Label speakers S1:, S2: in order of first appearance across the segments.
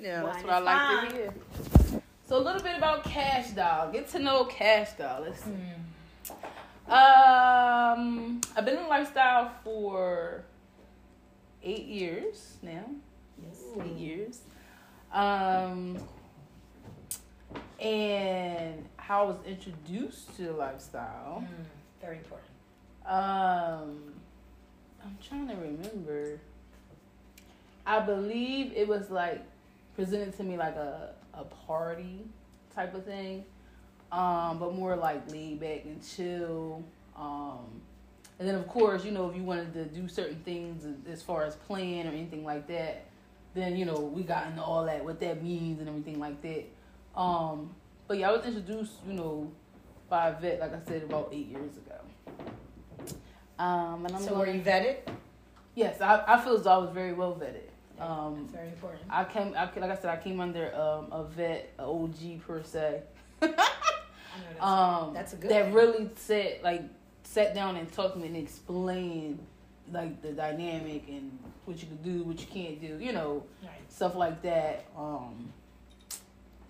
S1: Yeah, that's
S2: One
S1: what I like
S2: is
S1: to hear. So a little bit about Cash Doll. Get to know Cash Doll. Let's see. Um, I've been in lifestyle for eight years now.
S2: Yes.
S1: Eight years. Um, and how I was introduced to the lifestyle.
S2: Mm, very important.
S1: Um, I'm trying to remember. I believe it was like presented to me like a a party type of thing, um, but more like laid back and chill. Um, and then of course, you know, if you wanted to do certain things as far as playing or anything like that, then you know we got into all that what that means and everything like that. Um, but yeah, I was introduced, you know, by a vet, like I said, about eight years ago. Um, and I'm
S2: so were
S1: going-
S2: you vetted?
S1: Yes, I, I feel as though I was very well vetted.
S2: That's
S1: Um,
S2: very important.
S1: I came, I, like I said, I came under um, a vet, a OG per se.
S2: I know that's,
S1: Um,
S2: that's a good
S1: That
S2: thing.
S1: really said, like, sat down and talked to me and explained, like, the dynamic and what you could do, what you can't do, you know,
S2: right.
S1: stuff like that. Um,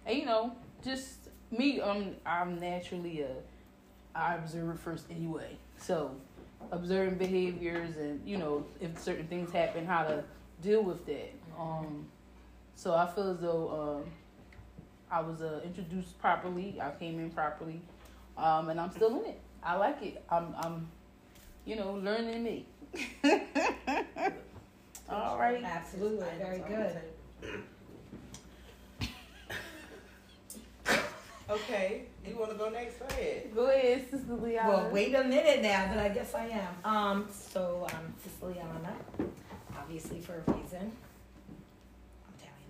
S1: and you know, just me. Um, I'm naturally a I observe first anyway. So observing behaviors and you know if certain things happen, how to deal with that. Um, so I feel as though um, I was uh, introduced properly. I came in properly, um, and I'm still in it. I like it. I'm, I'm, you know, learning me. All right.
S2: Absolutely. Very good.
S3: Okay, you want to go next? Go ahead.
S1: Go ahead, Sister Leah.
S2: Well, wait a minute now, but I guess I am. Um, so I'm Siciliana, obviously for a reason. I'm Italian,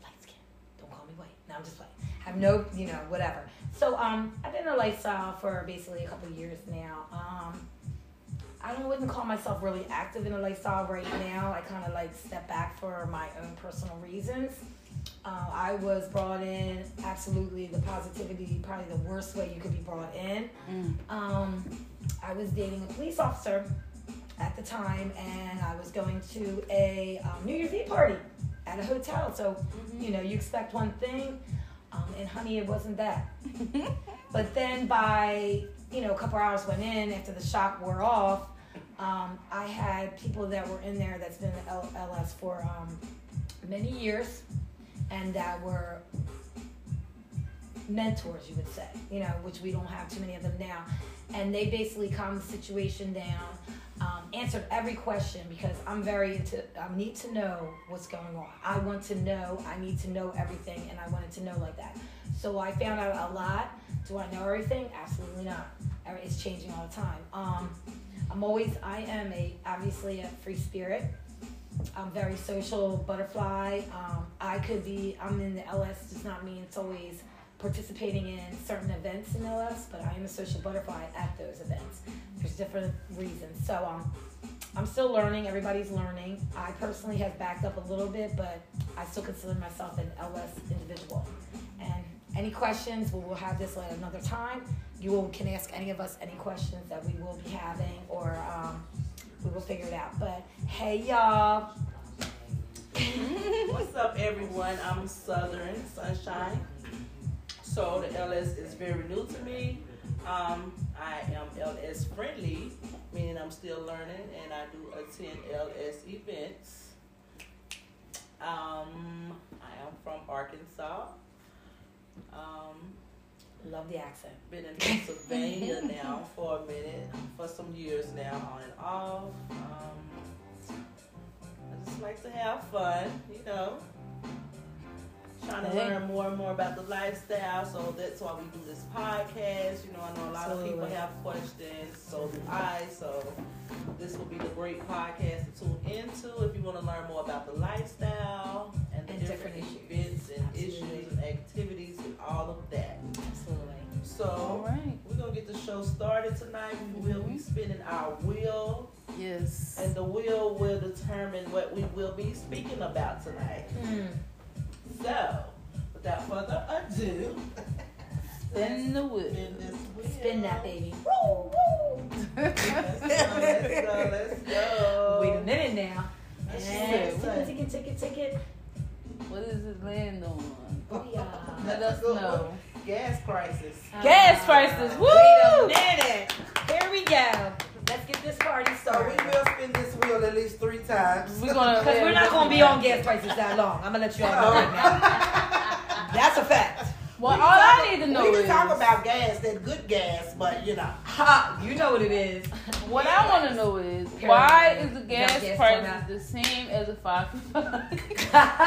S2: light skin. Don't call me white. No, I'm just playing. Have no, you know, whatever. So um, I've been in lifestyle for basically a couple of years now. Um, I don't wouldn't call myself really active in the lifestyle right now. I kind of like step back for my own personal reasons. Uh, I was brought in absolutely the positivity, probably the worst way you could be brought in
S1: Mm.
S2: um, I was dating a police officer at the time, and I was going to a um, New Year's Eve party at a hotel. So, you know, you expect one thing, um, and honey, it wasn't that. but then by, you know, a couple hours went in after the shock wore off, um, I had people that were in there that's been in L- LS for um, many years and that were mentors, you would say, you know, which we don't have too many of them now. And they basically calmed the situation down, um, answered every question because I'm very into, I need to know what's going on. I want to know, I need to know everything, and I wanted to know like that. So I found out a lot. Do I know everything? Absolutely not. Every- It's changing all the time. Um, I'm always, I am a, obviously a free spirit. I'm very social butterfly. Um, I could be, I'm in the LS, does not mean it's always participating in certain events in LS, but I am a social butterfly at those events. There's different reasons. So um, I'm still learning. Everybody's learning. I personally have backed up a little bit, but I still consider myself an LS individual. And any questions, we will have this at another time. You all can ask any of us any questions that we will be having, or um, we will figure it out. But hey, y'all.
S3: What's up, everyone? I'm Southern Sunshine. So the LS is very new to me. Um, I am LS friendly, meaning I'm still learning, and I do attend LS events. Um, I am from Arkansas. Um,
S2: Love the accent.
S3: been in Pennsylvania now for a minute, for some years now, on and off. Um, I just like to have fun, you know. Trying to
S1: Hey.
S3: learn more and more about the lifestyle, so that's why we do this podcast. You know, I know a lot of
S2: Absolutely.
S3: people have questions, so do I. So this will be the great podcast to tune into if you want to learn more about the lifestyle and the
S2: And
S3: different,
S2: different issues.
S3: events and
S2: Absolutely.
S3: issues and activities and all of that.
S2: Absolutely.
S3: So.
S1: All right.
S3: We're gonna get the show started tonight. We will be spinning our wheel,
S1: Yes.
S3: and the wheel will determine what we will be speaking about tonight.
S2: Mm.
S3: So, without further ado,
S1: Spin the
S3: spin
S1: wood.
S3: this wheel.
S2: Spin that baby. Woo, woo.
S3: Let's go, let's go, let's go.
S2: Wait a minute now.
S3: That's
S2: And
S3: what she
S2: ticket, ticket, ticket, ticket.
S1: what is does it land on?
S2: Booyah.
S1: Let us know.
S3: Gas prices.
S1: Gas prices. Woo!
S2: Wait a minute. Here we go. Let's get this party
S3: So we
S2: started.
S3: will spin this wheel at least three times.
S1: We're gonna.
S2: Because we're not going to be on gas prices that long. I'm going to let you all know right now. That's a fact.
S1: Well, all I need to know
S3: we
S1: is
S3: can talk about gas, that good gas, but you know.
S2: Ha! You know what it is.
S1: What I want to know is
S2: Period.
S1: why is the
S2: No
S1: gas
S2: gas
S1: price
S2: coming out.
S1: the same as a five?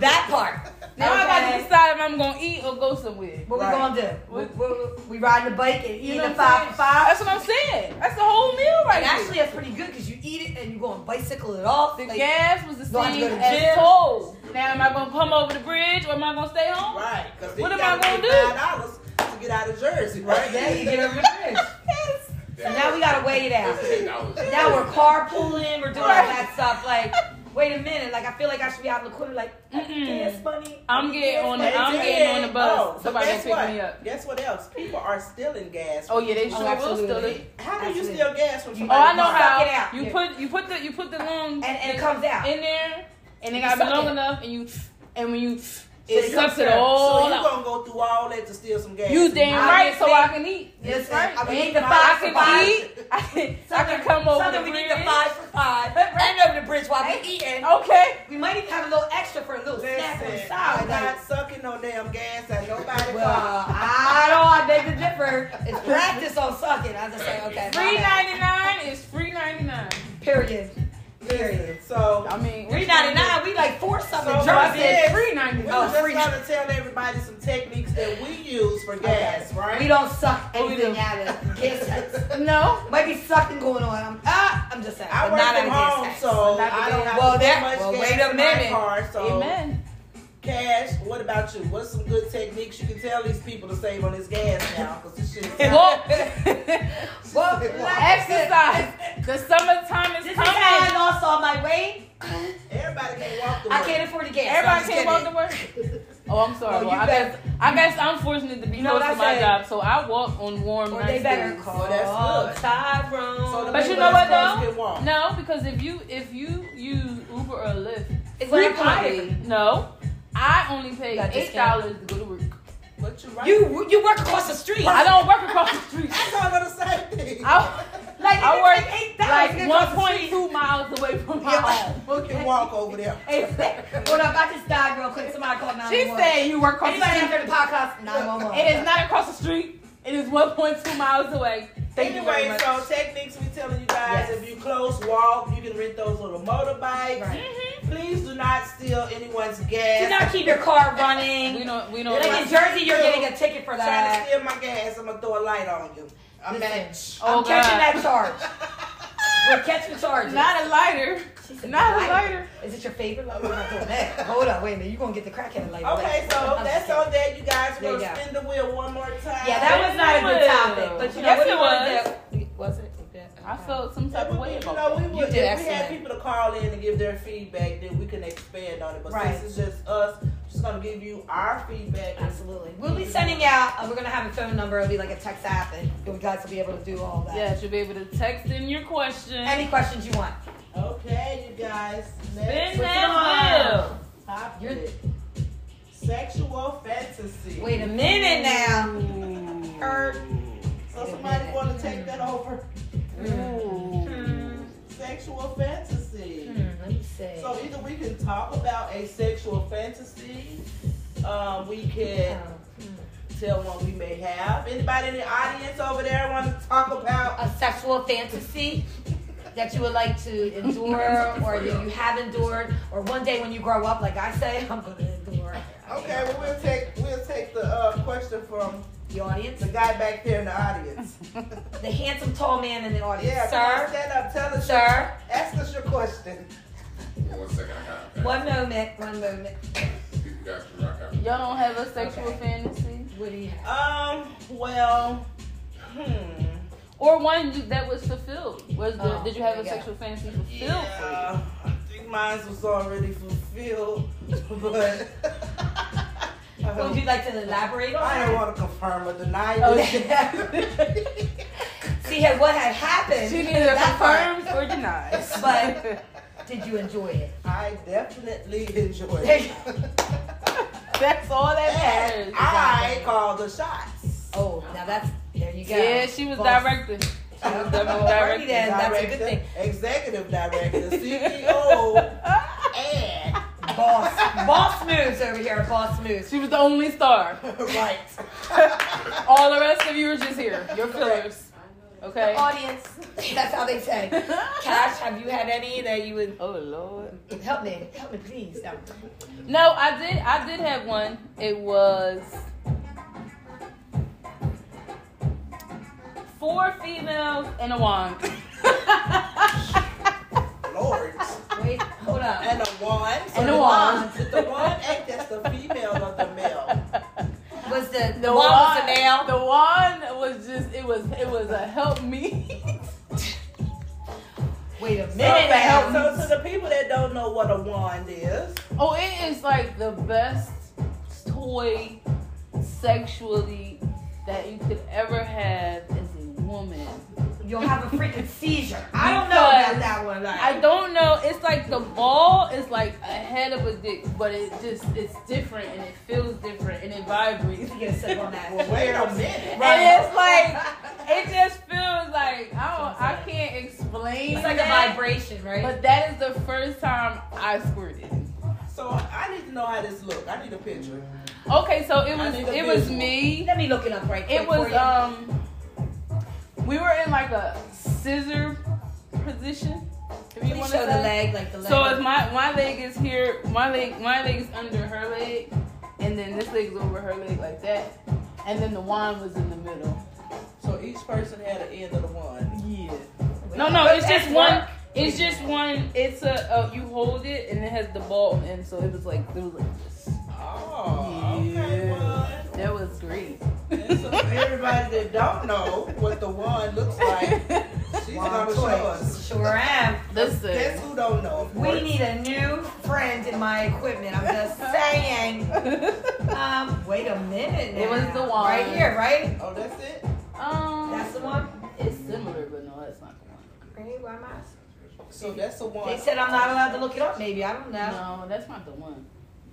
S2: that part.
S1: Now I got to
S2: Okay.
S1: decide if I'm gonna eat or go somewhere.
S2: What
S3: Right.
S2: we gonna do? We, we, we riding the bike and eating
S1: You know
S2: a
S1: what
S2: five
S1: I'm
S2: for
S1: saying?
S2: five.
S1: That's what I'm saying. That's the whole meal right
S2: And
S1: there.
S2: actually, that's pretty good because you eat it and you go and bicycle it off.
S1: the
S2: Like,
S1: gas was the
S2: Don't have to
S1: same
S2: go to
S1: as
S2: jail.
S1: toll. Now am I gonna come over the bridge or am I gonna stay home?
S3: Right. 'cause then
S1: What
S3: you
S1: am I
S3: gotta
S1: gonna
S3: pay
S1: do?
S3: $5 to get out of Jersey, right?
S2: Now you get over the bridge.
S1: Yes.
S2: So now we gotta weigh it out.
S4: Ten dollars.
S2: Now we're carpooling. We're doing all
S1: Right.
S2: that stuff. Like, wait a minute. Like, I feel like I should be out in the corner. Like,
S1: Mm-mm.
S2: gas money.
S1: I'm getting on the
S3: They
S1: I'm
S3: did.
S1: getting on the bus.
S3: Oh, but
S1: Somebody
S3: guess
S1: pick
S3: what?
S1: me up.
S3: Guess what else? People are stealing gas.
S1: Oh yeah, they
S2: Oh,
S1: sure will
S2: absolutely.
S1: steal it.
S3: How do you
S2: Absolutely.
S3: steal gas from
S1: Oh,
S3: somebody?
S1: I know
S2: Suck
S1: how.
S2: it out.
S1: You
S2: Yeah.
S1: put you put the you put the long
S2: And, and it comes out.
S1: in there, and it
S2: You
S1: gotta be
S2: suck
S1: long
S2: it.
S1: enough, and you and when you it
S2: it
S1: sucks
S2: comes
S1: it
S2: out. So
S1: all
S3: So you
S1: out.
S3: gonna go through all that to steal some gas?
S1: You damn
S2: I
S1: right, so I
S2: understand.
S1: can eat.
S2: Yes,
S3: right.
S2: I mean,
S3: We
S2: eat the
S1: I
S2: five for
S1: can
S2: five.
S1: eat. I can, I can come over the
S2: Something we
S1: bridge.
S2: need the five for five. And over the bridge while we eating.
S1: Okay.
S2: We might even have a little extra for a little snack on the
S3: Listen,
S2: side.
S3: I'm
S2: Like,
S3: not sucking no damn gas at nobody's
S2: well,
S3: car.
S2: I don't I beg to differ. It's practice on sucking. I just say, okay. my
S1: Free
S2: bad.
S1: ninety nine is free ninety nine.
S2: Period. Period.
S3: Listen, so
S1: I mean,
S2: Three ninety nine. We like four something.
S3: So
S1: I
S2: Jersey.
S3: it.
S1: said free ninety
S3: we
S1: nine.
S2: Oh,
S3: were just
S2: free-
S3: trying to tell everybody some techniques that we use for gas, right?
S2: We don't suck
S1: What we
S2: anything
S1: do?
S2: out of gas tax.
S1: No.
S2: Might be sucking going on. I'm, ah, I'm just saying.
S3: I
S2: but
S3: work
S2: not out
S3: from
S2: of gas
S3: home,
S2: tax.
S3: so
S1: Not
S3: I don't
S1: today.
S3: have
S2: Well,
S3: too
S2: that-
S3: much
S2: well,
S3: gas
S2: wait a
S3: in
S2: minute.
S3: my car. So
S1: Amen.
S3: Cash, what about you? What's some good techniques you can tell these people to save on this gas now? Because this shit is
S1: Walk.
S2: Well,
S1: Exercise. The summertime is
S2: This is how I
S1: coming.
S2: lost all my weight.
S3: Everybody can't walk the
S2: I
S3: road.
S2: can't afford the gas.
S1: Everybody
S2: so I'm just
S1: can't walk to work. Oh, I'm sorry.
S2: Oh,
S1: well,
S2: you
S1: I
S2: better-
S1: guess I guess I'm fortunate to be
S2: You know what
S1: close to
S2: I
S1: my
S2: said?
S1: job, so I walk on warm
S2: Or
S1: nice
S2: they better
S1: days.
S2: call
S3: that's good.
S2: Tyrone.
S3: So the
S1: But you
S3: people
S1: know
S3: that's
S1: what,
S3: close
S1: though?
S3: can walk.
S1: No, because if you if you use Uber or Lyft,
S2: it's
S1: we
S2: like
S1: pay. No, I only pay
S2: Got
S1: eight
S2: discount.
S1: dollars to go to work.
S3: But you right.
S2: You you work across the street.
S1: I don't work across the street.
S3: That's all I'm gonna say.
S1: I
S2: Like
S1: I
S2: it's
S1: work
S2: like eight
S1: like
S2: thousand.
S1: one point two miles away from my
S2: Yeah.
S1: home.
S3: You can walk over there.
S2: Hold up, I just died real quick. Somebody called nine
S1: She said you work across
S2: Anybody
S1: the
S2: after
S1: street.
S2: the podcast? Nine one one.
S1: It is not across the street. It is one point two miles away. Thank you very
S3: anyway,
S1: much.
S3: so techniques we telling you guys:
S2: Yes.
S3: if you close walk, you can rent those little motorbikes.
S2: Right.
S1: Mhm.
S3: Please do not steal anyone's
S2: Do
S3: gas.
S2: not keep your car
S1: We
S2: running.
S1: don't. We don't.
S2: Like in Jersey, you're getting a ticket for
S3: Trying to
S2: that.
S3: steal my gas, I'm gonna throw a light on you. I'm
S2: Listen.
S3: match.
S1: Oh,
S2: I'm catching
S1: God.
S2: that charge. We're catching charges.
S1: Not a lighter.
S2: She said,
S1: Not a lighter.
S2: Is it your favorite? Like, we're not doing that. Hold up, wait a minute. You're gonna get the crackhead lighter.
S3: Okay,
S2: Wait.
S3: so
S2: I'm just
S3: that's
S2: kidding.
S3: all that you guys.
S2: There
S3: We're
S2: you
S3: gonna
S2: go.
S3: spin the wheel one more time.
S2: Yeah, that was not a good topic. But you know
S1: Yes,
S2: what
S1: it
S2: you wanna do- Was it?
S1: I felt some type of
S3: That would be-
S1: way
S3: you
S1: about
S3: know, we
S1: that.
S3: would,
S1: You did
S3: if we had
S1: excellent.
S3: people to call in and give their feedback, then we can expand on it. But
S2: Right.
S3: since it's just us, just gonna give you our feedback.
S2: Absolutely. We'll be sending out. Uh, we're gonna have a phone number. It'll be like a text app, and you guys will be able to do all that.
S1: Yes, you'll be able to text in your question.
S2: Any questions you want?
S3: Okay, you guys.
S1: Spin
S3: Next
S1: that wheel.
S3: topic:
S2: You're-
S3: sexual fantasy.
S2: Wait a minute now.
S3: Heard. So somebody want to take that over?
S2: Hmm.
S3: Sexual fantasy.
S2: Hmm, let me see.
S3: So either we can talk about a sexual fantasy, um, we can tell one we may have. Anybody in the audience over there want to talk about?
S2: a sexual fantasy that you would like to endure, or that you have endured, or one day when you grow up, like I say, I'm gonna endure.
S3: Okay, well we'll take we'll take the uh, question from
S2: The audience,
S3: the guy back there in the audience.
S2: the handsome tall man in the audience,
S3: Yeah, come on,
S2: sir.
S3: stand up. Tell us. Your,
S2: Sir,
S3: ask us your question.
S4: One second, I got. I got
S2: one moment, one moment.
S4: it. You guys can rock out.
S1: Y'all don't have a sexual
S2: Okay.
S1: fantasy
S2: What do you have?
S3: Um. Well. Hmm.
S1: or one you- that was fulfilled. Was the,
S2: Oh,
S1: did you have a
S2: yeah.
S1: sexual fantasy fulfilled? for
S3: Yeah, I think mine was already fulfilled, but I
S2: Would
S3: don't,
S2: you like to elaborate on
S3: I
S2: that?
S3: don't want to confirm or deny
S1: Oh,
S3: this.
S2: See, had what had happened.
S1: you? She neither
S2: that part.
S1: confirms or denies.
S2: But Did you enjoy it?
S3: I definitely enjoyed it.
S1: That's all that matters.
S3: and I called the shots.
S2: Oh, now that's there you go.
S1: Yeah, she was
S2: Boss.
S1: directing. She was
S2: Alrighty
S1: definitely directing.
S2: then, that's a good
S3: Director,
S2: thing.
S3: Executive director, CEO, and
S2: Boss, boss moves over here. Boss moves.
S1: She was the only star.
S3: right.
S1: All the rest of you were just here. Your fillers. Okay.
S2: Audience. That's how they say. Cash, have you had any that you would
S1: Oh Lord.
S2: help me? Help me, please. No.
S1: No, I did. I did have one. It was four females and a wand.
S3: Lord.
S2: Wait, hold up.
S3: And a one. So
S1: And a
S3: the
S1: wand.
S3: one- The one act that's the female of the male.
S2: was the,
S1: The
S2: the one was the male?
S1: The wand was just. It was. It was a help me.
S2: Wait a minute.
S3: So, now,
S2: now.
S3: so to the people that don't know what a wand is,
S1: Oh, it is like the best toy sexually that you could ever have as a woman.
S2: You'll have a freaking seizure. I don't know about
S1: Because
S2: that one. Like,
S1: I don't know. It's like the ball is like a head of a dick, but it just it's different and it feels different and it vibrates.
S2: get a sip on that.
S3: well, wait a minute.
S1: And it's like it just feels like I don't I can't explain.
S2: It's like a
S1: that,
S2: vibration, right?
S1: But that is the first time I squirted.
S3: So I need to know how this look. I need a picture.
S1: Okay, so it was
S3: need a
S1: it was
S3: visual.
S1: me.
S2: Let me look it up right quick.
S1: It was
S2: for you.
S1: um we were in like a scissor position. If you
S2: Please
S1: want
S2: show
S1: to
S2: the leg, like the leg.
S1: So if my my leg is here, my leg my leg is under her leg, and then this leg is over her leg like that, and then the wand was in the middle.
S3: So each person had an end of the wand.
S1: Yeah. No, no, it's just one. It's just one. It's a uh, you hold it and it has the ball, and so it was like it was like this.
S3: Oh, okay. Well,
S1: That was great.
S3: and so for everybody that don't know what the wand looks like, she's gonna show us.
S2: Sure am.
S3: Guess
S1: Listen.
S3: who don't know? of
S2: We
S3: course.
S2: need a new friend in my equipment. I'm just saying. Um, wait a minute. Now.
S1: It was the one.
S2: right here, right?
S3: Oh, that's it.
S1: um.
S2: That's the one.
S1: It's similar, but no, that's not the one.
S2: Great. Why am I?
S3: So that's the one. Oh,
S2: They said I'm not allowed to look it up. Maybe I don't know.
S1: No, that's not the one.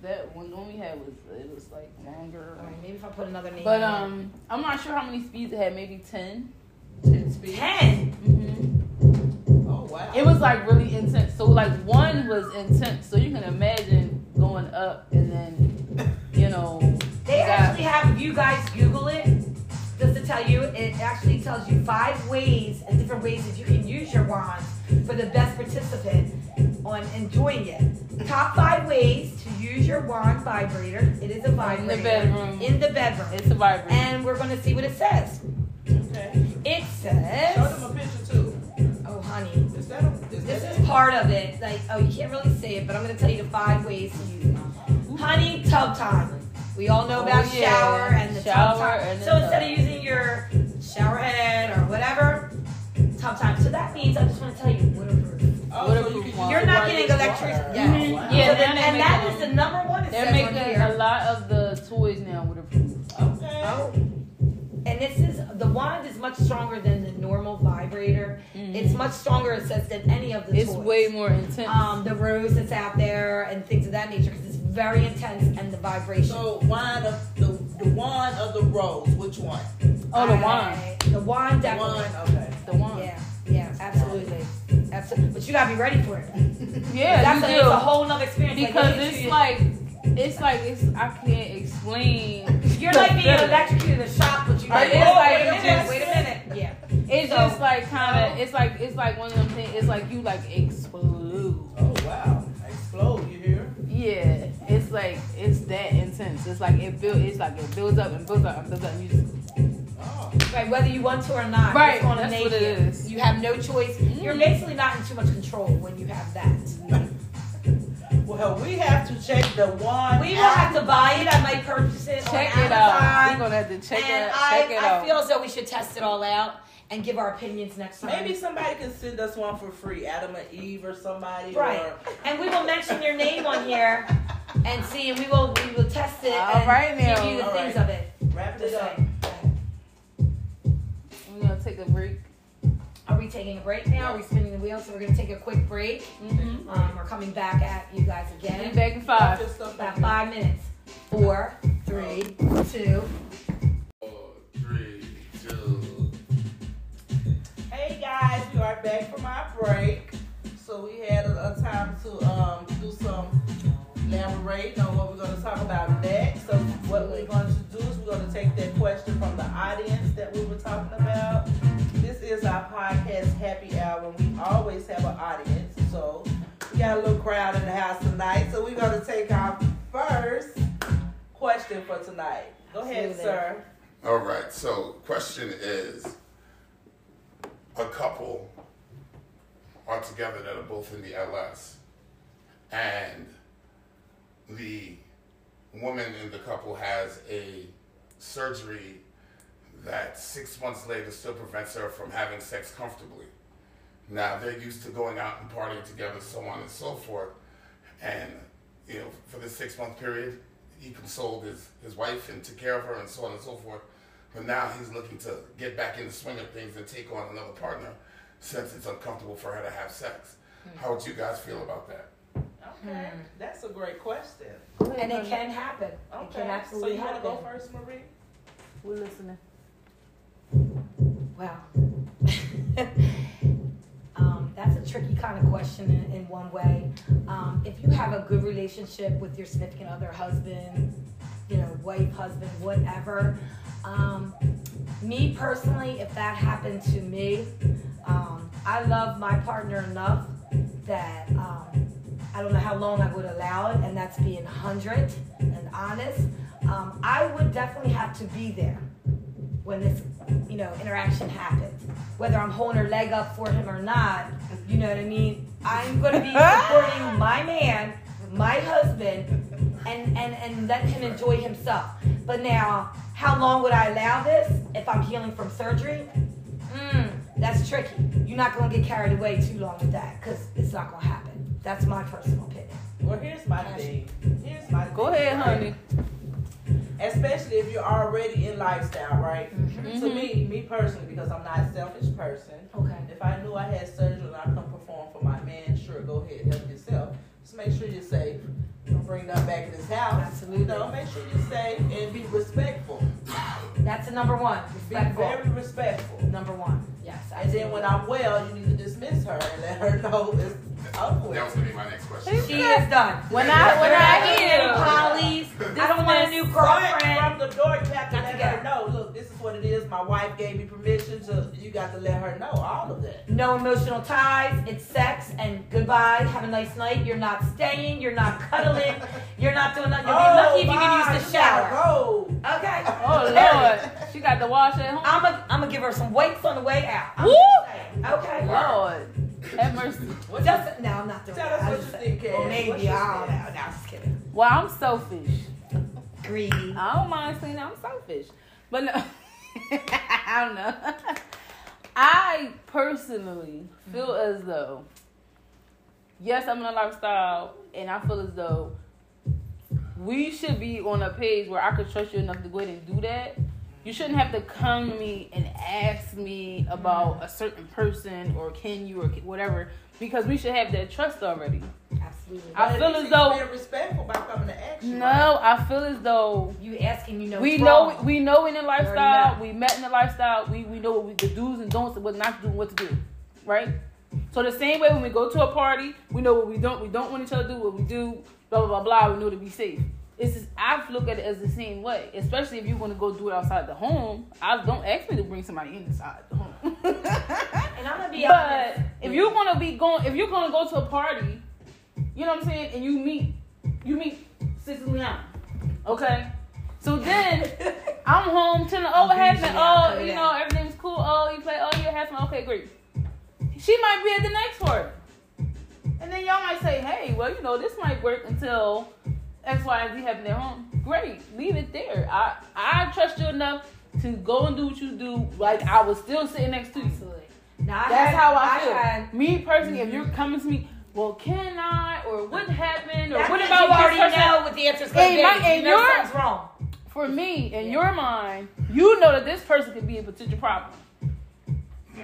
S1: That one, the one we had was it was like longer.
S2: All right, maybe if I put another name.
S1: But
S2: in.
S1: um, I'm not sure how many speeds it had. Maybe 10
S3: Ten speed.
S2: ten.
S1: Mm-hmm.
S3: Oh wow.
S1: It was like really intense. So like one was intense. So you can imagine going up and then, you know,
S2: They
S1: Yeah.
S2: actually have you guys Google it. Just to tell you, it actually tells you five ways and different ways that you can use your wand for the best participant on enjoying it. Top five ways to use your wand vibrator. It is a
S1: in the
S2: vibrator.
S1: bedroom,
S2: In the bedroom.
S1: it's a vibrator.
S2: and we're gonna see what it says.
S3: Okay.
S2: It
S3: Show them
S2: says,
S3: a picture too.
S2: oh honey,
S3: Is that? A, is
S2: this
S3: that
S2: is part of it. Like, oh, you can't really see it, but I'm gonna tell you the five ways to use it. Honey, tub time. We all know
S1: Oh,
S2: about
S1: yeah.
S2: shower and the tub
S1: Shower
S2: time.
S1: and the
S2: so
S1: tub.
S2: instead of using your shower head or whatever, tub time. So that means I just want to tell you waterproof.
S3: Oh,
S1: What
S3: so
S1: a
S3: you
S1: group
S3: can
S1: one.
S2: You're not
S1: Water.
S2: getting Mm-hmm. electricity.
S3: Yeah.
S2: Yes.
S3: Wow.
S1: Yeah,
S2: So the-
S1: now they
S2: and that
S1: make
S2: is
S1: them-
S2: the number one. It
S1: They're
S2: says on
S1: making
S2: here.
S1: a lot of the toys now waterproof.
S3: Okay.
S2: Oh. And this is the wand is much stronger than the normal vibrator. It's much stronger, it says, than any of the
S1: Mm. It's
S2: toys.
S1: way more intense.
S2: um, the rose that's out there and things of that nature because it's very intense and the vibration.
S3: So wine of the the wand of the rose. Which one?
S1: oh, the
S2: I-
S1: wand,
S2: the wand
S3: The
S2: definitely.
S3: wand. Okay.
S1: the wand. Yeah,
S2: Yeah, yeah, absolutely, absolutely. But you gotta be ready for it. that's
S1: you
S2: a,
S1: do.
S2: it's a whole nother experience. like,
S1: because
S2: you-
S1: it's
S2: you-
S1: like it's like it's I can't explain.
S2: you're like being
S1: the-
S2: electrocuted in a shop, but you
S1: Right,
S2: like,
S1: it's
S2: oh,
S1: like
S2: wait a
S1: you
S2: minute,
S1: just-
S2: wait a minute. Yeah,
S1: It's
S2: So-
S1: just like kind of it's like it's like one of them things. It's like you like explode.
S3: Oh wow. Explode. You hear?
S1: Yeah, it's like it's that intense. It's like it build. It's like it builds up and builds up and builds up. And you just,
S3: Oh.
S2: right. Whether you want to or not,
S1: Right,
S2: it's gonna
S1: that's
S2: make
S1: what it
S2: you.
S1: is.
S2: You have no choice. You're basically not in too much control when you have that.
S3: Well, we have to check the wand.
S2: We will
S3: out.
S2: have to buy it. I might purchase it
S1: check
S2: on
S1: it out. You're
S2: Amazon.
S1: gonna have to check
S2: and
S1: it.
S2: I,
S1: check it
S2: I
S1: out.
S2: feel as though we should test it all out and give our opinions next time.
S3: Maybe somebody can send us one for free, Adam and Eve or somebody.
S2: Right.
S3: Or,
S2: And we will mention your name on here and see, and we will we will test it
S1: All
S2: and
S1: right
S2: give
S1: now.
S2: you the
S3: All
S2: things
S3: right.
S2: of it.
S3: wrap
S2: Just
S3: it up.
S2: saying.
S1: We're gonna take a break.
S2: Are we taking a break now? Are we spinning the wheel? So we're gonna take a quick break.
S1: Mm-hmm.
S2: Um, we're coming back at you guys
S1: Be
S2: again.
S1: back in five.
S3: Just stuff
S2: About
S3: in
S2: five minutes. Four, three, two.
S4: Four, three, two.
S3: here. Hey guys, we are back from our break. So we had a, a time to um, do some elaborating on what we're going to talk about next. So what we're going to do is we're going to take that question from the audience that we were talking about. This is our podcast happy hour. We always have an audience, so we got a little crowd in the house tonight. So we're going to take our first question for tonight. Go ahead,
S2: Absolutely.
S3: sir.
S4: All right. So, question is: A couple are together that are both in the LS, and the woman in the couple has a surgery that six months later still prevents her from having sex comfortably. Now they're used to going out and partying together, so on and so forth. And you know, for this six month period, he consoled his, his wife and took care of her and so on and so forth. But now he's looking to get back in the swing of things and take on another partner since it's uncomfortable for her to have sex.
S2: Hmm.
S4: How would you guys feel about that?
S3: Okay, that's a great question.
S2: And it can happen. It can
S3: Okay, so
S2: absolutely
S3: you want to
S2: happen.
S3: go first, Marie?
S1: We're listening.
S2: Wow. um, that's a tricky kind of question in, in one way. Um, if you have a good relationship with your significant other, husband, you know, wife, husband, whatever. Um, me personally, if that happened to me, um, I love my partner enough that um, I don't know how long I would allow it, and that's being hundred and honest. Um, I would definitely have to be there when this, you know, interaction happens. Whether I'm holding her leg up for him or not, you know what I mean. I'm going to be supporting my man, my husband, and and and let him enjoy himself. But now, how long would I allow this if I'm healing from surgery? Mm, that's tricky. You're not gonna get carried away too long with that, cause it's not gonna happen. That's my personal opinion.
S3: Well, here's my
S2: Yes.
S3: thing. Here's my
S1: Go
S3: thing,
S1: ahead,
S3: right?
S1: honey.
S3: Especially if you're already in lifestyle, right? To
S2: Mm-hmm.
S1: Mhm.
S3: me, me personally, because I'm not a selfish person.
S2: Okay.
S3: If I knew I had surgery and I come perform for my man, sure, go ahead, help yourself. Just make sure you're safe. Don't bring nothing back in his house.
S2: Absolutely.
S3: No, make sure you're safe and be respectful.
S2: That's the number one.
S3: Be
S2: Respectful.
S3: very respectful.
S2: number one. Yes.
S3: And then when I'm well, you need to dismiss her and let her know it's over
S4: That
S3: with.
S4: was gonna be my next question.
S2: she is done.
S1: When I when I
S2: You're
S1: hear
S2: not getting any polys. I don't want a new
S3: Right
S2: girlfriend.
S3: from the door, you have to
S2: Not
S3: let
S2: together.
S3: her know. Look, this is what it is. My wife gave me permission to. You got to let her know all of that.
S2: No emotional ties. It's sex and goodbye. Have a nice night. You're not staying. You're not cuddling. You're not doing nothing. You'll be lucky if you
S3: Oh, my,
S2: can use the
S3: you gotta
S2: shower.
S3: Go.
S2: Okay.
S1: Oh Lord, she got the wash at home.
S2: I'm gonna I'm gonna give her some weights on the way out. I'm
S1: Woo!
S2: just saying. Okay.
S1: Lord, have mercy.
S3: What
S2: Just no, I'm not doing
S3: Tell
S2: that.
S3: us
S2: I
S3: what
S2: just
S3: you
S2: said-
S3: think, Cass.
S2: Well,
S3: What
S2: maybe I
S3: you
S2: don't know.
S3: think?
S2: No, I'm just kidding.
S1: Well, I'm selfish.
S2: Greedy.
S1: I don't mind saying I'm selfish, but no, I don't know. I personally feel as though, yes, I'm in a lifestyle, and I feel as though we should be on a page where I could trust you enough to go ahead and do that. You shouldn't have to come to me and ask me about a certain person or can you or whatever because we should have that trust already.
S2: Absolutely.
S1: I
S3: But
S1: feel
S3: at least
S1: as though-
S3: you're being respectful by coming to action.
S1: No, I feel as though
S2: you asking, you know.
S1: we
S2: it's
S1: know
S2: wrong.
S1: we know in the lifestyle
S2: know.
S1: we met in the lifestyle we, we know what we, the do's and don'ts and what not to do and what to do right so the same way when we go to a party we know what we don't we don't want each other to do what we do blah blah blah blah we know to be safe it's just, I look at it as the same way especially if you want to go do it outside the home I don't ask me to bring somebody inside the home
S2: and I'm gonna be
S1: but
S2: honest.
S1: if you're gonna be going, if you're gonna go to a party, you know what I'm saying, and you meet, you meet Sicilian, okay? So then I'm home telling, oh, what happened? Oh, you know, everything's cool. Oh, you play. Oh, you're having. Okay, great. She might be at the next work, and then y'all might say, hey, well, you know, this might work until X, Y, and Z happen at home. Great, leave it there. I I trust you enough to go and do what you do. Like I was still sitting next to you.
S2: Absolutely. Now, I
S1: That's
S2: had-
S1: how I feel.
S2: had- Mm-hmm.
S1: me personally, if you're coming to me, well, can I, or what happened, or
S2: That
S1: what
S2: means
S1: about
S2: you
S1: this
S2: already
S1: person?
S2: know what the answer's gonna
S1: In
S2: be?
S1: my-
S2: you
S1: in
S2: know
S1: your-
S2: something's wrong.
S1: For me, in
S2: Yeah.
S1: your mind, you know that this person could be a potential problem.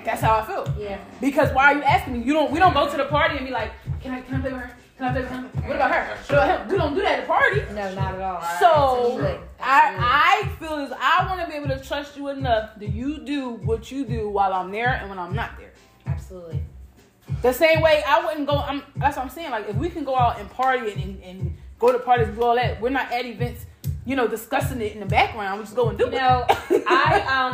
S1: That's how I feel.
S2: Yeah.
S1: Because why are you asking me? You don't. We don't go to the party and be like, can I can I play with her? Can I play with him? What about her? What about him? We don't do that at the party.
S2: No, not at all.
S1: So,
S2: Absolutely.
S1: I I feel is I want to be able to trust you enough that you do what you do while I'm there and when I'm not there.
S2: absolutely.
S1: The same way I wouldn't go. I'm, that's what I'm saying. Like if we can go out and party and, and, and go to parties and do all that, we're not at events, you know, discussing it in the background. We just go and do
S2: You
S1: it.
S2: know, I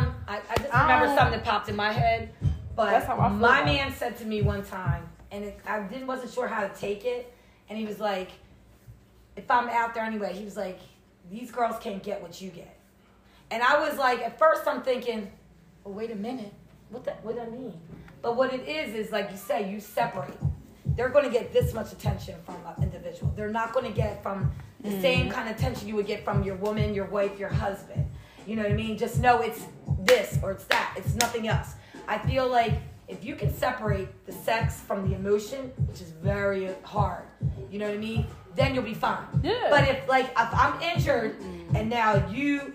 S2: um, I, I just remember
S1: Um,
S2: something that popped in my head. But
S1: That's how I feel
S2: my
S1: about it.
S2: man said to me one time, and it, I didn't wasn't sure how to take it, and he was like, "If I'm out there anyway," he was like, "These girls can't get what you get," and I was like, at first I'm thinking, well, "Wait a minute, what that what I mean?" But what it is is like you say, you separate. They're going to get this much attention from an individual. They're not going to get from the same kind of attention you would get from your woman, your wife, your husband. You know what I mean? Just know it's this or it's that. It's nothing else. I feel like if you can separate the sex from the emotion, which is very hard, you know what I mean? Then you'll be fine.
S1: Yeah.
S2: But if like if I'm injured and now you,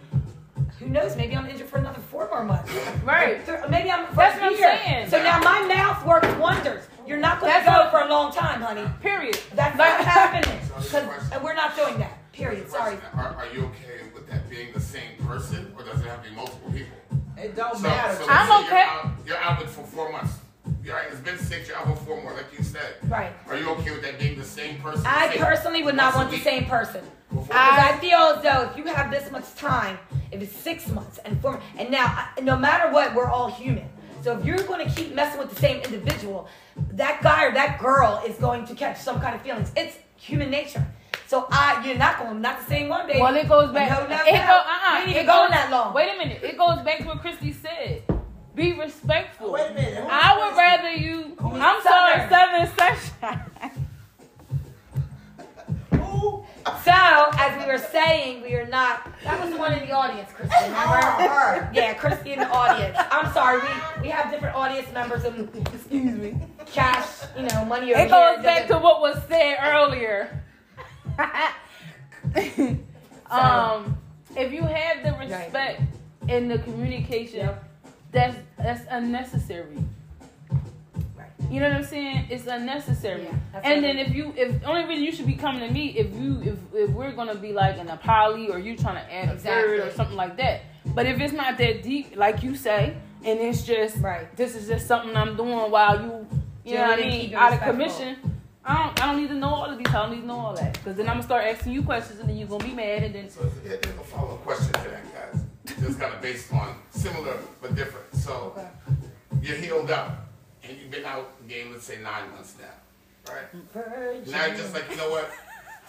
S2: who knows? Maybe I'm injured for another four more months.
S1: Right.
S2: Th- Maybe I'm. for
S1: That's
S2: a
S1: what I'm
S2: year.
S1: saying.
S2: So now my mouth works wonders. You're not going to
S1: That's
S2: go
S1: what-
S2: for a long time, honey.
S1: Period.
S2: That's
S1: Like-
S2: not happening. 'Cause- And we're not doing that. Period. Sorry.
S4: Are, are you okay with that being the same person, or does it have to be multiple people?
S3: It don't
S4: So,
S3: matter.
S4: so
S3: Just-
S1: I'm
S4: let's say
S1: okay.
S4: You're out, you're out with for four months. You're right, it's been six. You're out with four more, like you said.
S2: Right.
S4: Are you okay with that being the same person?
S2: I
S4: same-
S2: personally would not
S4: once a
S2: want the
S4: week?
S2: same person.
S4: Before-
S2: Because I feel as though if you have this much time, if it's six months and four, and now I- no matter what, we're all human. So if you're going to keep messing with the same individual, that guy or that girl is going to catch some kind of feelings. It's human nature. So I, you're not going, not the same one, baby.
S1: Well, it goes back.
S2: No, no,
S1: it
S2: no.
S1: go, uh-uh.
S2: You ain't even
S1: It
S2: going
S1: goes-
S2: that long.
S1: Wait a minute. It goes back to what Christy said. Be respectful.
S3: Wait a minute. Who-
S1: I would rather you.
S3: Who is
S1: I'm sorry, Southern Sunshine.
S3: Who?
S2: So, as we were saying, we are not. That was the one in the audience, Christy. Remember?
S3: Her.
S2: Yeah, Christy in the audience. I'm sorry. We we have different audience members and
S1: Excuse me.
S2: cash, you know, money. Over
S1: It goes
S2: here,
S1: back to
S2: doesn't-
S1: what was said earlier. um, if you have the respect and the communication,
S2: Yeah.
S1: that's that's unnecessary.
S2: Right.
S1: You know what I'm saying? It's unnecessary.
S2: Yeah, that's
S1: and
S2: what
S1: then
S2: it-
S1: if you, if the only reason you should be coming to me if you, if if we're gonna be like in a poly or you trying to add a third
S2: Exactly.
S1: or something like that. But if it's not that deep, like you say, and it's just
S2: Right.
S1: this is just something I'm doing while you, you
S2: Yeah,
S1: know what I
S2: you keep
S1: mean,
S2: it
S1: out of
S2: respectful.
S1: commission. I don't, I don't need to know all of these. I don't need to know all that. Because then I'm going to start asking you questions and then you're going to be mad and then.
S4: So here's a follow-up question to that, guys. Just kind of based on similar but different. So
S2: Okay.
S4: you're healed up, and you've been out the game, let's say nine months now, right?
S2: Mm-hmm.
S4: Now you're just like, you know what?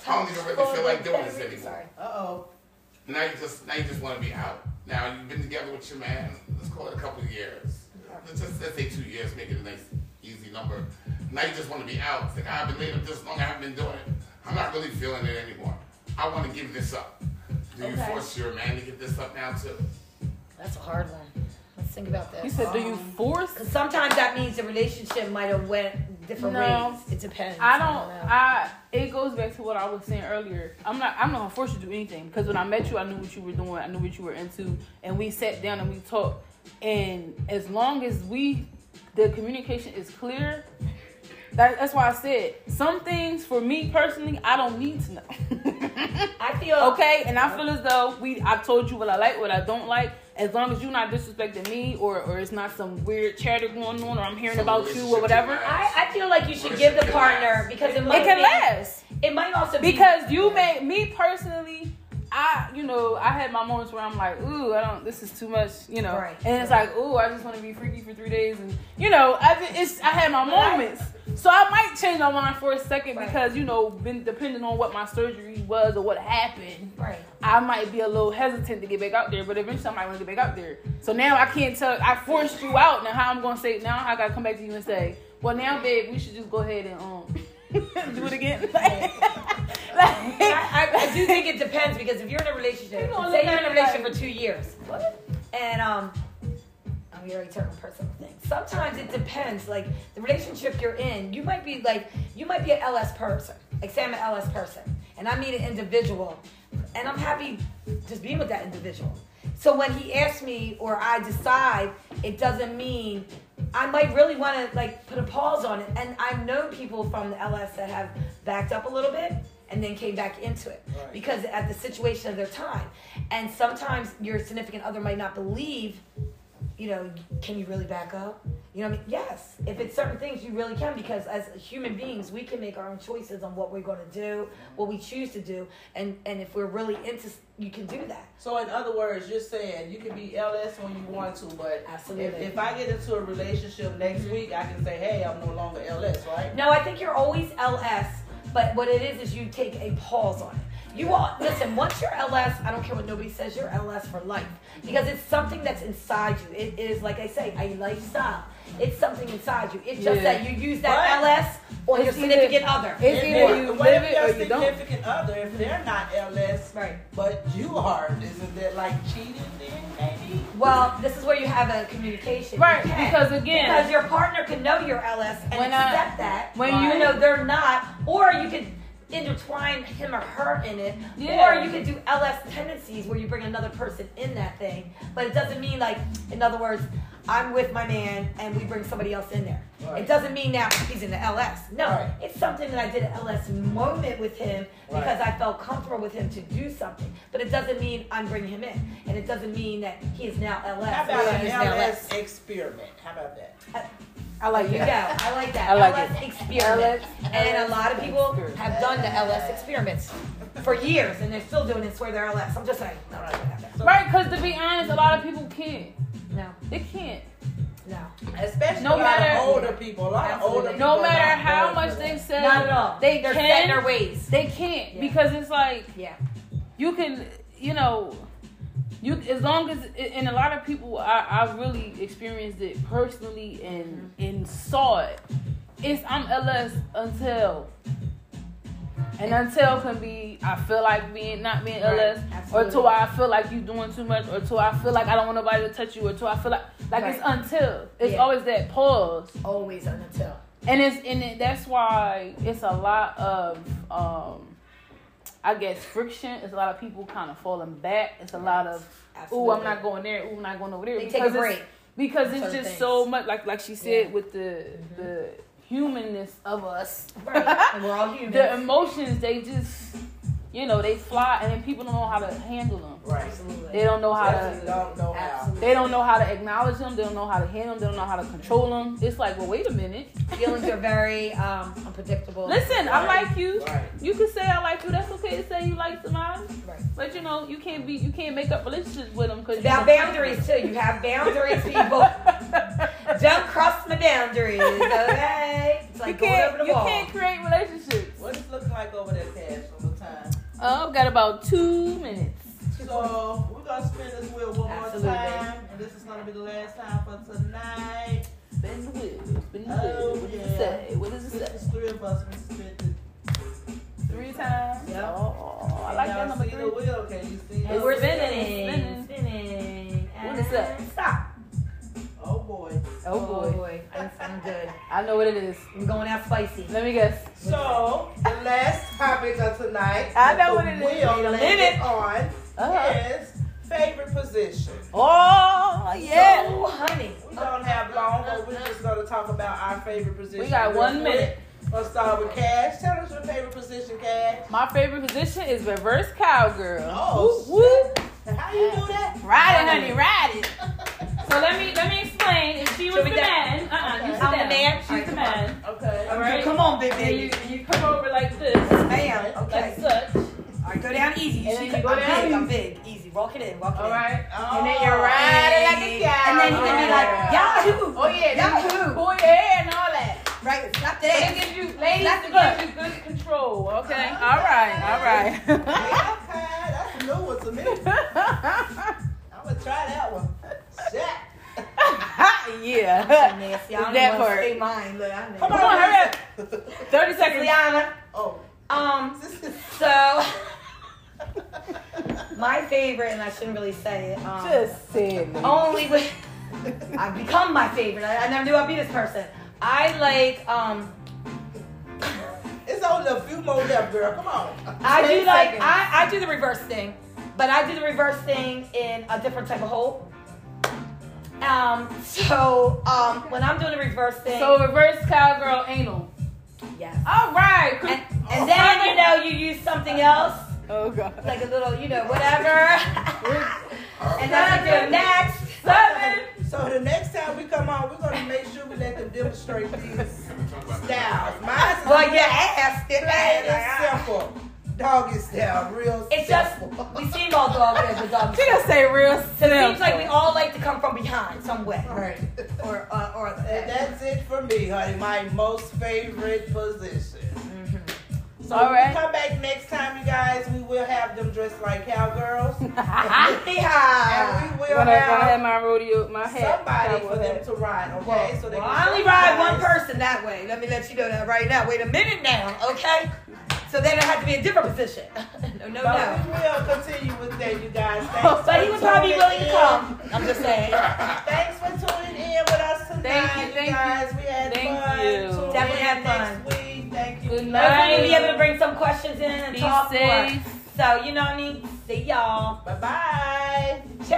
S4: I don't even really feel like doing this anymore.
S2: Sorry.
S3: Uh oh.
S4: Now you just now you just want to be out. Now you've been together with your man. Let's call it a couple of years. Let's just let's say two years, make it a nice easy number. Now you just want to be out. It's like I've been laid up this long. I haven't been doing it. I'm not really feeling it anymore. I want to give this up. Do you
S2: Okay.
S4: force your man to give this up now too?
S2: That's a hard one. Let's think about
S1: You
S2: this.
S1: said, do you force?
S2: Because sometimes that means the relationship might have went different
S1: No.
S2: ways. It depends.
S1: I don't. I. It goes back to what I was saying earlier. I'm not. I'm not gonna force you to do anything because when I met you, I knew what you were doing. I knew what you were into, and we sat down and we talked. And as long as we, the communication is clear. That, that's why I said some things for me personally, I don't need to know.
S2: I feel
S1: okay, and I feel as though we. I told you what I like, what I don't like. As long as you're not disrespecting me, or or it's not some weird chatter going on, or I'm hearing
S4: Some
S1: about you or
S4: relationship
S1: whatever.
S4: that
S2: I, I feel like you should
S4: What
S2: give
S4: if
S2: the
S4: it
S2: partner
S4: lasts?
S2: because it
S1: It
S2: might
S1: can
S2: be-
S1: last.
S2: It might also be
S1: because you made me personally i you know i had my moments where i'm like ooh i don't this is too much you know
S2: Right,
S1: and it's
S2: right.
S1: like ooh i just want to be freaky for three days and you know i ju- it's i had my
S2: But I-
S1: moments so i might change my mind for a second
S2: Right.
S1: because you know been depending on what my surgery was or what happened
S2: right.
S1: I might be a little hesitant to get back out there, but eventually I might want to get back out there. So now I can't tell. I forced you out. Now how I'm gonna say? Now I gotta come back to you and say, well, now babe, we should just go ahead and um do it again. Like,
S2: I, I, I do think it depends because if you're in a relationship,
S1: You gonna
S2: say
S1: look
S2: you're in
S1: at
S2: a
S1: it
S2: relationship
S1: like-
S2: for two years, and um, I'm your eternal personal thing. Sometimes it depends. Like the relationship you're in, you might be like you might be an LS person. Like say I'm an LS person, and I meet an individual, and I'm happy just being with that individual. So when he asks me or I decide, it doesn't mean I might really want to like put a pause on it. And I've known people from the LS that have backed up a little bit and then came back into it
S3: Right.
S2: because at the situation of their time. And sometimes your significant other might not believe, you know, can you really back up? You know, what I mean? yes. If it's certain things, you really can because as human beings, we can make our own choices on what we're going to do, what we choose to do, and and if we're really into, s- you can do that.
S3: So in other words, you're saying you can be LS when you want to, but
S2: Absolutely.
S3: if, if I get into a relationship next week, I can say, hey, I'm no longer LS, right?
S2: No, I think you're always LS, but what it is is you take a pause on it. You all listen. Once you're LS, I don't care what nobody says. You're LS for life because it's something that's inside you. It is like I say, a lifestyle. It's something inside you. It's just
S1: Yeah.
S2: that you use that
S3: But-
S2: LS on your
S1: It's either-
S2: significant other.
S1: It's
S3: And
S1: either
S3: then
S1: you
S3: what
S1: live
S3: if your
S1: it or you don't.
S3: significant other, if they're not LS,
S2: Right.
S3: but you are, isn't that like cheating then, maybe?
S2: Well, this is where you have a communication. You
S1: Right,
S2: can.
S1: because again-
S2: because your partner can know you're LS and
S1: When I-
S2: accept that.
S1: when
S2: you
S1: you-
S2: know they're not, or you could intertwine him or her in it,
S1: Yeah.
S2: or you could do LS tendencies where you bring another person in that thing. But it doesn't mean like, in other words, I'm with my man and we bring somebody else in there. It
S3: Right.
S2: doesn't mean now he's in the LS. No,
S3: Right.
S2: it's something that I did an LS moment with him
S3: Right.
S2: because I felt comfortable with him to do something. But it doesn't mean I'm bringing him in, and it doesn't mean that he is now LS.
S3: How about
S2: He
S3: an
S2: is now
S3: LS experiment? How about that?
S1: I like
S2: There you
S1: that.
S2: go. I like that.
S1: I like
S2: LS
S1: LS
S2: experiment. and a lot of people
S1: experiment.
S2: have done the LS experiments for years, and they're still doing it. Swear they're LS. I'm just saying. No,
S3: Right.
S2: no,
S1: Right, because to be honest, a lot of people can't.
S2: no,
S1: They can't.
S2: no.
S3: Especially
S1: No
S3: a lot
S1: matter-
S3: of older people. A lot of older
S2: Absolutely.
S3: people.
S1: No matter
S3: not
S1: how
S3: going
S1: much
S3: for
S1: they
S3: that.
S1: say,
S2: Not at all.
S1: They
S2: are set in
S1: can.
S2: their ways.
S1: They can't
S2: Yeah.
S1: because it's like
S2: Yeah.
S1: you can, you know, you as long as and a lot of people I, I really experienced it personally and
S2: Mm-hmm.
S1: and saw it. It's I'm LS until and until can be I feel like being not being
S2: Right.
S1: LS or
S2: Absolutely.
S1: till I feel like you doing too much or till I feel like I don't want nobody to touch you or till I feel like like it's
S2: Right.
S1: until it's
S2: Yeah.
S1: always that pause.
S2: Always and until.
S1: and it's and it, that's why it's a lot of um i guess friction it's a lot of people kind of falling back it's a lot of ooh i'm not going there ooh i'm not going over there
S2: They take a
S1: Because it's-
S2: break.
S1: because it's
S2: Certain
S1: just
S2: things.
S1: so much like like she said
S2: Yeah. Mm-hmm.
S1: with the the humanness of us
S2: Right. and we're all humans.
S1: the emotions they just you know they fly and then people don't know how to handle them
S3: Right.
S2: Absolutely.
S1: they don't know how to
S3: Definitely don't know how.
S2: Absolutely.
S1: they don't know how to acknowledge them they don't know how to handle them they don't know how to control them it's like well wait a minute
S2: Feelings are very um, unpredictable.
S1: listen i
S3: Right.
S1: like you
S3: Right.
S1: You can say I like you. That's okay to say you like somebody,
S2: Right.
S1: but you know you can't be you can't make up relationships with them because
S2: About boundaries too. You have boundaries, people. Don't cross my boundaries, okay? It's
S1: you
S2: like going over
S1: can't
S2: the
S1: you
S2: wall.
S1: can't create relationships.
S3: What it's looking like over there, Cash, all the time.
S1: Oh, I've got about two minutes.
S3: So we're gonna spin this wheel one
S2: Absolutely.
S3: more time, and this is gonna be the last time for tonight.
S1: Spin the wheel. Spin the
S3: Oh,
S1: wheel. What does it
S3: yeah.
S1: say? What does
S3: This
S1: it say?
S3: is three of us. We spent it.
S1: Three times.
S3: Yep.
S1: Oh, I like that
S3: Y'all
S1: number
S3: see the
S1: three.
S3: wheel? Can you see?
S2: And
S3: it?
S2: we're
S1: Spinning,
S2: spinning, spinning.
S1: What is that?
S2: And Stop.
S3: Oh boy.
S1: Oh boy,
S2: I'm, I'm good.
S1: I know what it is.
S2: I'm going out spicy.
S1: Let me guess.
S3: So the last topic of tonight.
S1: I know
S3: the
S1: what it is.
S3: Wheel
S1: Wait a
S3: landed
S1: minute.
S3: on
S1: Uh,
S3: is favorite position.
S1: oh yeah.
S2: Oh, honey.
S3: We don't have long, but we're just gonna talk about our favorite position.
S1: We got
S3: real
S1: one
S3: quick.
S1: minute.
S3: Let's start with Cash. Tell us your favorite position, Cash.
S1: My favorite position is reverse cowgirl.
S3: Oh,
S1: Woo, woo.
S3: How you do that?
S1: Ride it, honey, ride it. So let me let me explain. If she was
S2: Should we
S1: the
S2: go-
S1: man, uh-uh, you
S3: Okay.
S1: sit
S2: I'm the
S1: down.
S2: man?
S1: She's
S2: Alright,
S1: the
S2: come on.
S1: man.
S3: Okay.
S1: All right.
S2: Come on,
S1: And
S2: baby.
S1: you, you come over like this,
S2: Bam.
S1: like
S2: Okay.
S1: such.
S2: All right, go down easy. You
S1: And
S2: should
S1: then you
S2: I'm
S1: go
S2: big.
S1: down easy.
S2: I'm big. Easy. Walk it in. Walk it
S1: All
S2: in.
S1: right. Oh.
S3: And
S1: then you're right. Ride it like a cow.
S2: And then you can be like, Yahoo!
S1: Oh yeah, that's
S2: Yahoo.
S1: Pull your hair and all that.
S2: Right, stop
S1: But
S2: that.
S1: it gives you, ladies,
S2: That's
S1: it
S2: good.
S1: gives you good control. Okay. Uh-huh. All right. All right.
S3: Yeah, okay. That's a new one to me. I'm gonna try that one. Shit.
S1: yeah.
S2: Nasty. I don't
S1: That
S2: even want
S1: part.
S2: to say mine. Look, I'm
S1: Come on, hurry up. Thirty seconds.
S2: Liana.
S3: Oh,
S2: Um,
S3: this is.
S2: so my favorite, and I shouldn't really say it. Um,
S1: Just saying.
S2: only with I've become my favorite. I, I never knew I'd be this person. I like um
S3: It's only a few more left, girl. Come on.
S2: I do
S1: Ten
S2: like
S1: seconds.
S2: I, I do the reverse thing, but I do the reverse thing in a different type of hole. Um, so um, when I'm doing the reverse thing,
S1: So reverse cowgirl anal.
S2: yes.
S1: All right.
S2: And, and then you know you use something else,
S1: oh god.
S2: like a little, you know, whatever. and that's what I do next.
S1: Seven.
S3: So the next time we come on, we're gonna make sure we let them demonstrate these styles. Mine's is
S2: Well, your ass, it
S3: plain
S2: ain't
S3: and simple. Doggy style, real
S2: It's just
S3: simple.
S2: we seem all dog with a dog.
S1: She gonna say real
S2: So it
S1: simple.
S2: seems like we all like to come from behind some way,
S3: Right.
S2: or uh, or
S3: And that's it for me, honey. My most favorite position.
S2: Mm-hmm.
S3: So
S1: All
S3: when
S1: right.
S3: we come back next time, you guys. We will have them dressed like cowgirls, and
S2: Uh-huh. Yeehaw.
S3: we
S1: I'm
S3: will
S1: gonna, gonna have
S3: have
S1: my rodeo, my hat.
S3: somebody for
S1: cowboy
S3: them
S1: hat.
S3: to ride. Okay, so they
S2: Well,
S3: can
S2: I only ride one person that way. Let me let you know that right now. Wait a minute now, okay? So then it had to be a different position. No, no,
S3: But
S2: no.
S3: we will continue with that, you guys. Thanks
S2: But he
S3: for
S2: was probably
S3: tuning
S2: willing to
S3: in.
S2: come. I'm just saying.
S3: Thanks for tuning in with us tonight,
S1: Thank you, thank you.
S3: guys. We had
S1: Thank
S3: fun.
S1: you.
S3: Tune
S2: Definitely
S3: in
S2: had fun.
S3: Next week. Thank you.
S1: Good
S2: Hopefully we'll be
S1: Bye.
S2: able to bring some questions in and
S1: Be
S2: talk more.
S1: safe.
S2: So you know what I mean? See y'all.
S3: Bye bye.
S2: Ciao.